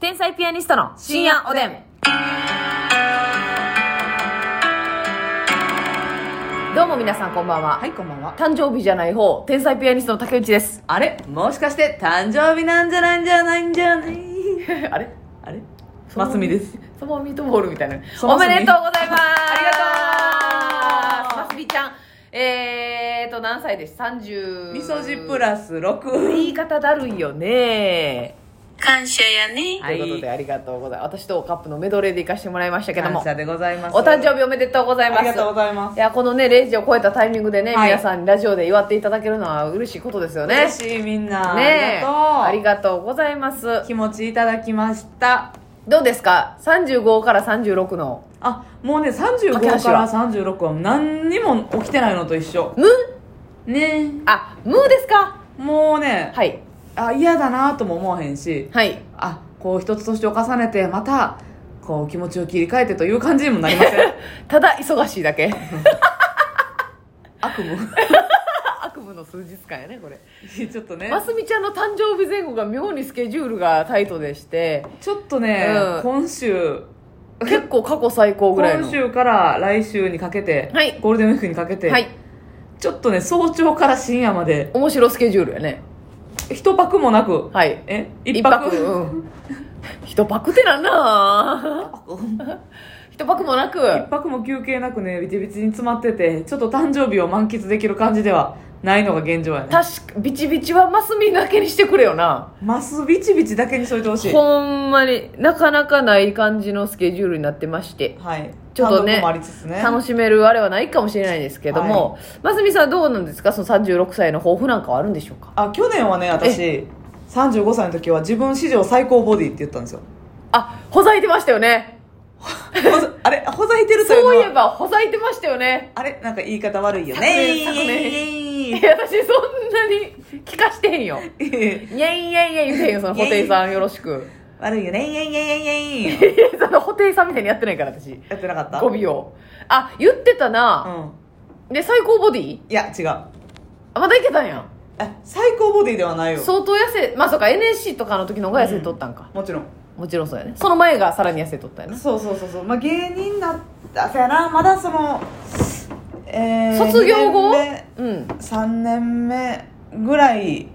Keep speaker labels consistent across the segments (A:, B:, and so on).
A: 天才ピアニストの深夜おでん。どうも皆さんこんばんは。
B: はい、こんばんは。
A: 誕生日じゃない方、天才ピアニストの竹内です。
B: あれもしかして誕生日なんじゃないんじゃないんじゃない
A: あれ
B: あれますみです。。
A: そばミートボールみたいな。
B: そば
A: お
B: み
A: めでとうございます。
B: ありがとう
A: ますみちゃん。えーと、何歳です ?30。
B: 味噌汁プラス6。
A: 言い方だるいよね。
C: 感謝やね。
B: はい
A: ということでありがとうございます。私とカップのメドレーで行かせてもらいましたけども
B: 感。謝でございます。
A: お誕生
B: 日
A: 日おめでとうございます。
B: ありがとうございます
A: い。や、このね、0時を超えたタイミングでね、
B: はい
A: 皆さんにラジオで祝っていただけるのは嬉しいことですよね。
B: 嬉しいみんな。
A: ねえ
B: あ
A: あ
B: り
A: り
B: がと
A: がとうございます。
B: う。気持ちいただきました。
A: どうですか ?35 から36の。
B: あ、もうね、35
A: 架け橋
B: か
A: は
B: ら36は何にも起きてないのと一緒。
A: む
B: ね
A: あ、むですか
B: え。もうね、
A: はい。
B: あ、嫌だなとも思わへんし、
A: はい。
B: あ、こう一つ年を重ねて、また、こう気持ちを切り替えてという感じにもなりま せん。
A: ただ、忙しいだけ。
B: 悪夢。
A: 悪夢の数日間やね、これ。
B: ちょっとね。
A: ますみちゃんの誕生日前後が妙にスケジュールがタイトでして、
B: ちょっとね、
A: うん
B: 今週、
A: 結構過去最高ぐらいの。
B: 今週から来週にかけて、
A: はい
B: ゴールデンウィークにかけて、
A: はい。
B: ちょっとね、早朝から深夜まで、
A: 面白スケジュールやね。
B: 一泊もなく、
A: はい。
B: え一泊
A: うん。一泊ってなんな一泊もなく、
B: 一泊も休憩なくね、ビチビチに詰まってて、ちょっと誕生日を満喫できる感じではないのが現状やね。
A: 確か、ビチビチはマスミだけにしてくれよな。
B: マスビチビチだけにしといてほしい。
A: ほんまになかなかない感じのスケジュールになってまして、
B: はい。
A: ちょっとね
B: 単独もありつつね。
A: 楽しめるあれはないかもしれないですけども、マスミさんどうなんですかその36歳の抱負なんかはあるんでしょうか
B: あ、去年はね、私、35歳の時は自分史上最高ボディって言ったんですよ。
A: あ、ほざいてましたよね。
B: ほざあれ、ほざいてるというの
A: そ
B: は
A: ういえばほざいてましたよね。
B: あれなんか言い方悪いよ
A: ね
B: ね。
A: いや、私そんなに聞かしてへんよ。イェイイェイイェイ言うてへんよ、その布袋さんよろしく。
B: 悪いよね。イェイイェイイェイイェイ
A: いやその布袋さんみたいにやってないから私。
B: やってなかった
A: 語尾を。あ、言ってたな。
B: うん。
A: で、最高ボディ
B: いや、違う。あ、
A: あ、まだいけたんや。
B: 最高ボディではないよ。
A: 相当痩せ、まあそうか、NSC とかの時の方が痩せとったんか。
B: もちろん。
A: もちろんそうやね。その前がさらに痩せとったよね。
B: そうそうそうそう。まあ、芸人になった、そうやな、まだその、えー、
A: 卒業後
B: 2
A: うん。
B: 年目3年目ぐらい、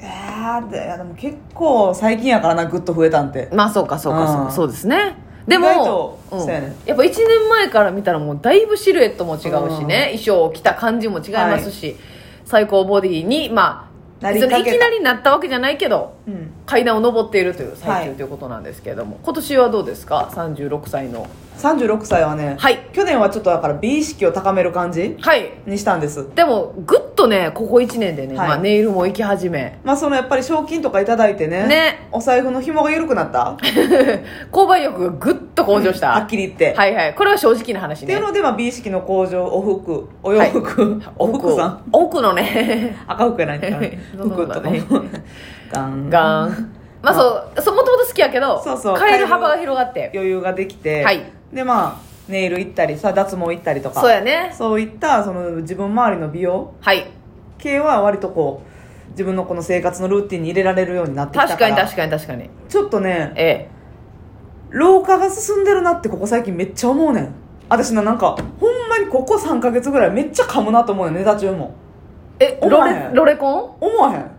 B: えー、でいやでも結構最近やからな、ぐっと増えたんて。
A: まあそうかそうかそう
B: う
A: か、
B: ん
A: そうですね。で
B: 意外
A: も
B: と、
A: うん
B: そうやね
A: やっぱ1年前から見たらもうだいぶシルエットも違うし
B: うん
A: ね、衣装を着た感じも違いますし、最高ボディに、まあ、
B: なり
A: 別
B: かけた
A: にいきなりなったわけじゃないけど、
B: うん。
A: 階段を上っているという最中、
B: はい
A: ということなんですけれども今年はどうですか36歳の
B: 36歳はね、
A: はい
B: 去年はちょっとだから美意識を高める感じ
A: はい
B: にしたんです。
A: でもぐっとねここ1年でね、
B: はい
A: まあ、ネイルも行き始め
B: まあそのやっぱり賞金とかいただいてね
A: ね
B: お財布の紐が緩くなった
A: 購買欲がぐっと向上した、
B: はっきり言って、
A: はいはいこれは正直な話
B: ってい
A: ね
B: うので、まあ、美意識の向上お服お洋服、お服さん
A: 奥のね
B: 赤服やないんか
A: そう
B: 服
A: だ
B: とか
A: ね
B: もガン
A: ガンまあそうそうもともと好きやけど
B: そうそう
A: 買える幅が広がって
B: 余裕ができて、
A: はい
B: でまあネイル行ったりさ脱毛行ったりとか
A: そうやね
B: そういったその自分周りの美容
A: はい
B: 系は割とこう自分のこの生活のルーティンに入れられるようになってきたか
A: 確
B: ら
A: かに確かに確かに
B: ちょっとね
A: ええ
B: 老化が進んでるなってここ最近めっちゃ思うねん私ななんかほんまにここ3ヶ月ぐらいめっちゃ噛むなと思うねんネタ中も
A: え
B: お
A: ロ
B: 前
A: レロレコン
B: 思わへん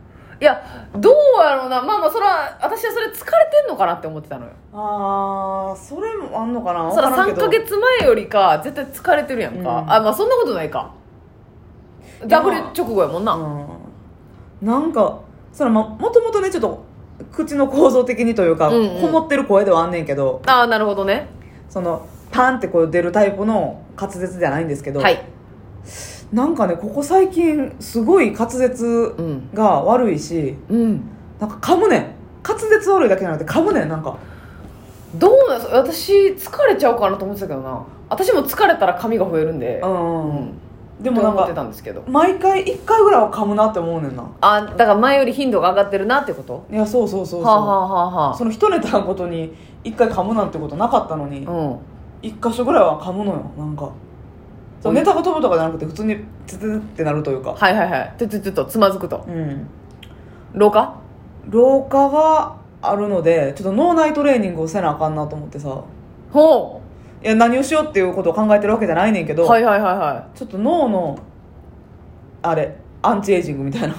A: いやどうやろうなまあまあそれは私はそれ疲れてんのかなって思ってたのよ
B: あーそれもあんのかな
A: そら
B: 分から
A: 3
B: んけど
A: ヶ月前よりか絶対疲れてるやんか、
B: うん
A: あまあそんなことないかダブル直後やもんな、
B: うんなんかそれももともとねちょっと口の構造的にというか、
A: うんうん
B: こもってる声ではあんねんけど
A: ああなるほどね
B: そのパンってこう出るタイプの滑舌じゃないんですけど、
A: はい、
B: なんかねここ最近すごい滑舌
A: うん
B: が悪いし、
A: うん、
B: なんか噛むねん滑舌悪いだけじゃなくて噛むねんなんか
A: どうなん私疲れちゃうかなと思ってたけどな私も疲れたら髪が増えるんでう
B: うん
A: ん
B: でもなん
A: と思って
B: か
A: たんですけど
B: 毎回1回ぐらいは噛むなって思うねんな
A: あだから前より頻度が上がってるなってこと
B: いやそうそうそうそう、
A: はあはあはあはあ
B: その一ネタごとに1回噛むなんてことなかったのに
A: うん
B: 1箇所ぐらいは噛むのよなんかそ
A: お
B: う
A: い
B: ネタが飛ぶとかじゃなくて普通にツツツってなるというか
A: はいはいはいちょっとちょっとつまずくと
B: うん
A: 老化
B: 老化があるのでちょっと脳内トレーニングをせなあかんなと思ってさ
A: ほ
B: いや何をしようっていうことを考えてるわけじゃないねんけ
A: う
B: ど、
A: はいはいはいは
B: ちょっと脳のあれアンチエイジングみたいな
A: い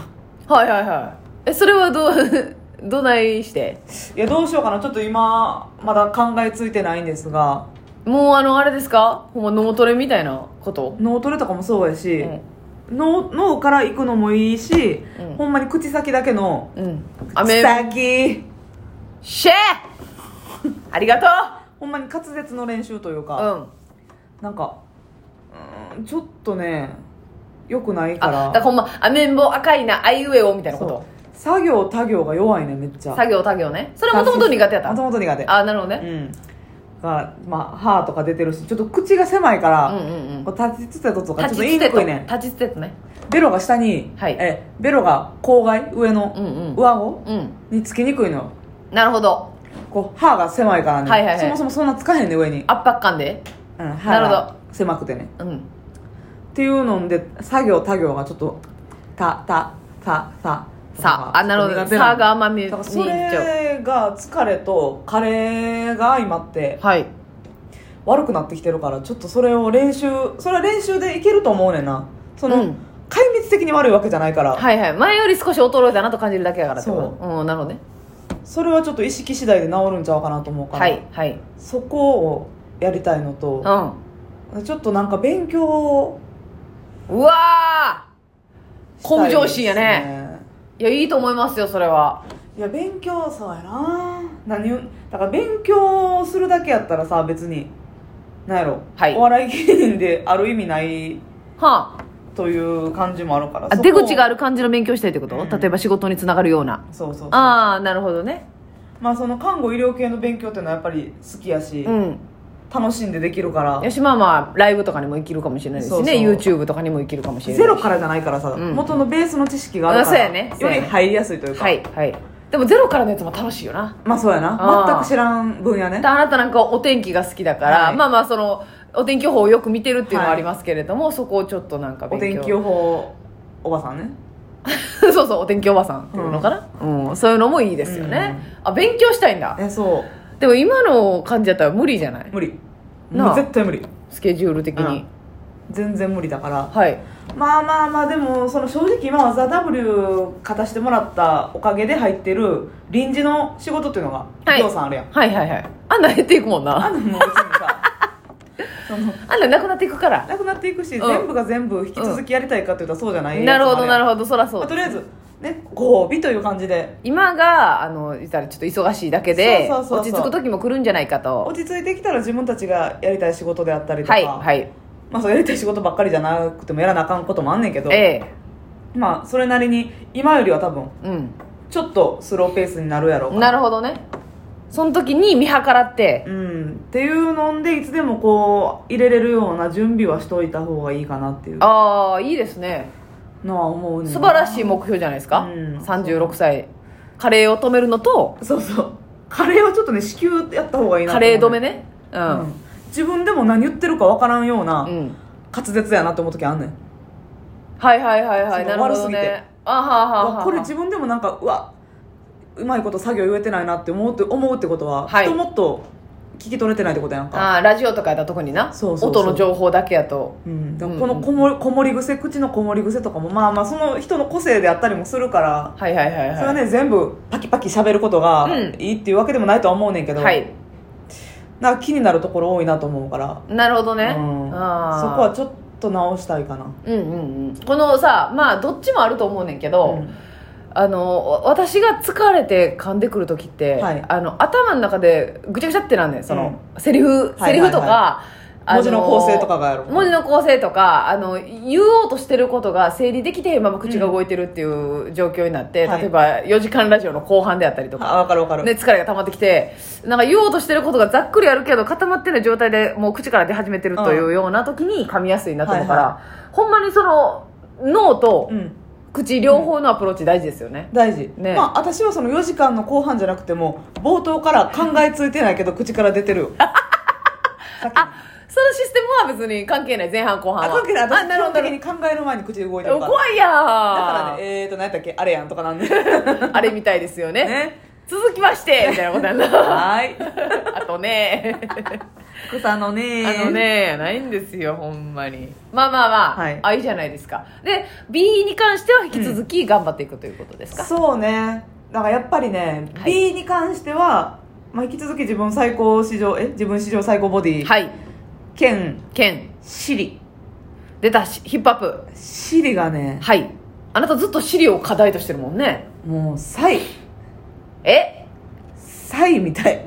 A: はいはいはいえそれはどう どないして
B: いやどうしようかなちょっと今まだ考えついてないんですが
A: もうあのあれですかほんま脳トレみたいなこと、
B: 脳トレとかもそうやし、
A: うん
B: 脳脳から行くのもいいし、
A: うん
B: ほんまに口先だけの
A: うん
B: 口
A: 雨
B: 先
A: シェーありがと
B: ほんまに滑舌の練習という
A: う
B: か、
A: うん
B: なんかうーんちょっとねよくないか
A: あだ
B: ら
A: からほんま雨んぼ赤いなあいうえおみたいなこ
B: そう
A: と
B: 作業他行が弱いねめっちゃ
A: 作業作業ねそれもともと苦手やった
B: もともと苦手
A: あなるほど
B: う
A: ね
B: んがまあ歯とか出てるしちょっと口が狭いか
A: うんう
B: ら、
A: んうん
B: こう立ちつてととかち
A: 立
B: ょ
A: ち
B: っと言い
A: つて
B: に
A: と
B: くいねん
A: 立ちつてとね
B: ベロが下に、
A: はい
B: えベロが口外上の
A: うんうん
B: 上顎
A: うん
B: につきにくいのよ
A: なるほど
B: こう歯が狭いからね、
A: はいはいはい
B: そもそもそんなつかへんね上に、
A: 圧迫感で
B: うん、歯
A: なる
B: が狭くてね
A: うん
B: っていうので作業他行がちょっとたたたた
A: さああなるほど
B: ちょっと苦手
A: さあ
B: なの
A: が甘みにいっ
B: だから
A: ち
B: そ
A: ゃう
B: れが疲れとカレーが相まって
A: はい
B: 悪くなってきてるからちょっとそれを練習それは練習でいけると思うねんなその、
A: うん
B: 壊滅的に悪いわけじゃないから、
A: はいはい前より少し衰えたなと感じるだけやからってこと
B: そ
A: うんなるほどね
B: それはちょっと意識次第で治るんちゃうかなと思うから、
A: はいはい
B: そこをやりたいの
A: う
B: と、
A: ん
B: ちょっとなんか勉強を
A: うわ
B: したい
A: 向上心やねーいやいいと思いますよそれはい
B: や勉強そうやな何をだから勉強するだけやったらさ別になんやろ、
A: はい
B: お笑い芸人である意味ない
A: はあ
B: という感じもあるから
A: あ出口があ
B: る
A: る感じの勉強したいってこと、
B: うん
A: 例えば仕事につながるような
B: そうそうそう
A: ああなるほどね
B: まあその看護医療系の勉強っていうのはやっぱり好きやし、
A: うん
B: 楽しんでできるから
A: よしまあまあライブとかにも生きるかもしれないですしね
B: そうそう
A: YouTube とかにも生きるかもしれない
B: ゼロからじゃないからさ、
A: うん
B: 元のベースの知識があるから
A: あそうやねそうや
B: よ
A: ね
B: り入りやすいというか、
A: はいはいでもゼロからのやつも楽しいよな
B: まあそうや
A: あ
B: な
A: ー
B: 全く知らん分野ね
A: であなたなんかお天気が好きだから、
B: はい
A: まあまあそのお天気予報をよく見てるっていうのは
B: は
A: あ
B: い
A: りますけれども、そこをちょっとなんか
B: お
A: 勉強
B: 天気予報おばさんね
A: そうそうお天気おばさんっていうのかな、うんそういうのもいいですよね、あ勉強したいんだ
B: えそう
A: でも今の感じだったら無理じゃない
B: 無理
A: なあ
B: もう絶対無理
A: スケジュール的に、
B: うん全然無理だから
A: はい
B: まあまあまあでもその正直今は「ザ・ w 勝たしてもらったおかげで入ってる臨時の仕事っていうのが
A: はい
B: りょうさんあるやん
A: はいはいはいあんな減っていくもん
B: あ
A: なん
B: なもう別に さその
A: あんななくなっていくから
B: なくなっていくし、
A: うん
B: 全部が全部引き続きやりたいかって言ったらそうじゃない
A: なるほどなる
B: ほ
A: ほどそらそう
B: とりあえずねご褒美という感じで
A: 今があの言ったらちょっと忙しいだけで
B: そうそうそうそう
A: 落ち着く時も来るんじゃないかと
B: 落ち着いてきたら自分たちがやりたい仕事であったりとか、
A: はいはい
B: まあ、そうやりたい仕事ばっかりじゃなくてもやらなあかんこともあんねんけど、
A: ええ
B: まあそれなりに今よりは多分
A: う
B: ちょっとスローペースになるやろうか
A: んなるほどねその時に見計らって
B: うん、っていうのでいつでもこう入れれるような準備はしといた方がいいかなっていう
A: ああいいですね
B: のは思うねん
A: 素
B: な
A: 晴らしい目標じゃないですか、
B: うん
A: 36歳カレーを止めるのと
B: そうそうカレーはちょっとね支給やった方がいいな
A: カ
B: と思う
A: レー止めねう、
B: うんん、自分でも何言ってるかわからんような
A: うん
B: 滑舌やなって思う時あんねん、
A: はいはいはいはい
B: そ
A: な
B: の
A: るほど
B: 悪すぎ
A: ね
B: て
A: あはあはあは
B: う
A: あ
B: わこれ自分でもなんかうわうまいこと作業言えてないなって思うって思うってことは、
A: はい
B: 人もっと聞き取れてないってことやんか
A: あーラジオとかやったとこにな
B: そうそうそう
A: 音の情報だけやと
B: うん、で
A: う
B: も
A: ん
B: このこもこもり癖口のこもり癖とかもまあまあその人の個性であったりもするから
A: はいはいはいはい
B: それはね全部パキパキ喋ることが
A: うん
B: いいっていうわけでもないとは思うねんけど、
A: はい
B: なんか気になるところ多いなと思うから、
A: なるほどね、
B: うん、そこ
A: あー
B: はちょっと直したいかな、
A: うんうんうんこのさまあどっちもあると思うねんけど、
B: うん
A: あのわ私が疲れて噛んでくる時って、
B: はい
A: あの頭の中でぐちゃぐちゃってなんねんその、セリフ
B: はい
A: セリフとか、あ
B: 文字の構成とかがやろ
A: 文字の構成とかあの言おうとしてることが整理できてへんまま口が動いてるっていう状況になって、
B: うんはい
A: 例えば4時間ラジオの後半であったりとか、
B: あ分かる 分かる、
A: ね、疲れが溜まってきてなんか言おうとしてることがざっくりあるけど固まってない状態でもう口から出始めてるというような時に噛みやすいなと思うから、
B: はい
A: ほんまにその脳と
B: うん
A: 口両方のアプローチ大事ですよね、
B: 大事、
A: ね
B: まあ私はその4時間の後半じゃなくても冒頭から考えついてないけど口から出てるよさっき
A: あそのシステムは別に関係ない前半後半は
B: あ関係ない
A: あ
B: 私
A: な
B: 基
A: るほ
B: 本
A: ど
B: 的
A: なる
B: に考える前に口で動い
A: ほ
B: てる
A: ど
B: から
A: 怖いや
B: だ
A: ー
B: からねえーと何やったっけあれやんとかなんで
A: あれみたいですよね
B: ね
A: 続きま してみたいなことやんな
B: はーい。
A: あとね
B: 草のね
A: あの。ねないんですよほんまにまあまあまあ、
B: はいい、
A: あいいじゃないですかで B に関しては引き続き頑張っていくということですか、
B: そうね。だからやっぱりね、
A: はい
B: B に関しては、まあ、引き続き自分最高史上、え自分史上最高ボディ、
A: はい
B: 兼、
A: 剣
B: シリ。
A: 出たしヒップアップ
B: シリがね、
A: はいあなたずっと資料を課題としてるもんね
B: もう、サイ、
A: え
B: サイみたい。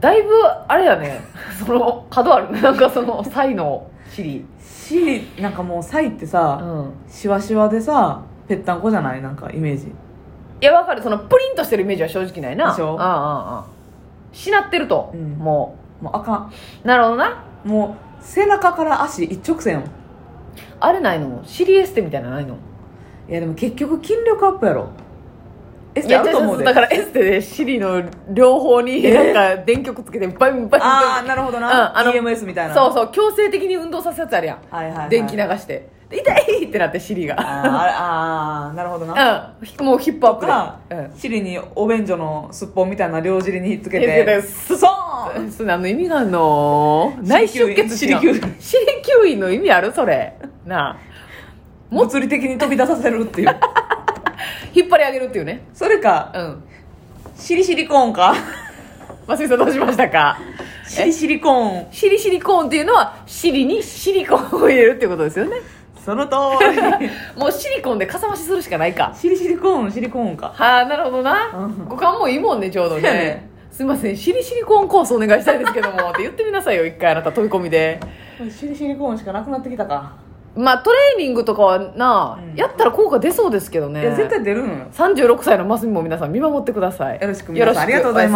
A: だいぶあれやね その角ある ねなんかその才能知り
B: シリ、なんかもう、サイって
A: う
B: さ、
A: ん
B: シワシワでさ、ぺったんこじゃないなんか、イメージ。
A: いやわかるそのプリンとしてるイメージは正直ないな
B: でしょ
A: うんうんうんしなってると、
B: うん
A: も
B: もう、あか。
A: うなるほどなん
B: もう、背中から足一直線。
A: あれないの知りエステみたいなのないの
B: いや、でも結局、筋力アップやろ。エス
A: い
B: テ
A: や
B: あると思うで。
A: だからエステでシリの両方になんか電極つけてバンバン
B: あ
A: バ
B: あ、なるほど
A: う
B: な。
A: んあの
B: EMS みたいな。
A: ンそうそう強制的に運動させるやつあるやん、
B: はいはい、はい。
A: 電気流してで痛いってなってシリ
B: あ
A: が
B: ーあれあー、なるほどな。
A: うんもうヒップア
B: とか
A: ップで、うん
B: チリにお便所のすっぽんみたいな両尻にひっつけ
A: ひっつけて
B: て、スソーン
A: それ何の意味があんの内出血しな
B: 子宮炎
A: 子宮炎の意味あるそれな
B: 物理的に飛び出させるっ ていう。
A: あ引っ張り上げるっていうね
B: それか、
A: うん
B: シリシリコーンか。
A: ますみさんどうしましたか
B: シリシリコーン。
A: シリシリコーンっていうのは尻にシリコーンを入れるっていうことですよね
B: その通 り。
A: もうシリコンでかさ増しするしかないか
B: シリシリコーン、シリコーンか。
A: はあなるほどな、
B: うん
A: 五感もいいもんねちょうど
B: そうや
A: ね
B: ね
A: すいませんシリシリコーンコースお願いしたいですけどもって言ってみなさいよ一回あなた飛び込みで
B: シリシリコーンしかなくなってきたか。
A: まあトレーニングとかはな、
B: うん
A: やったら効果出そうですけどね
B: いや、絶対出るのよ。
A: 36歳のマスミも皆さん見守ってください
B: よろしく皆さんありがとうございます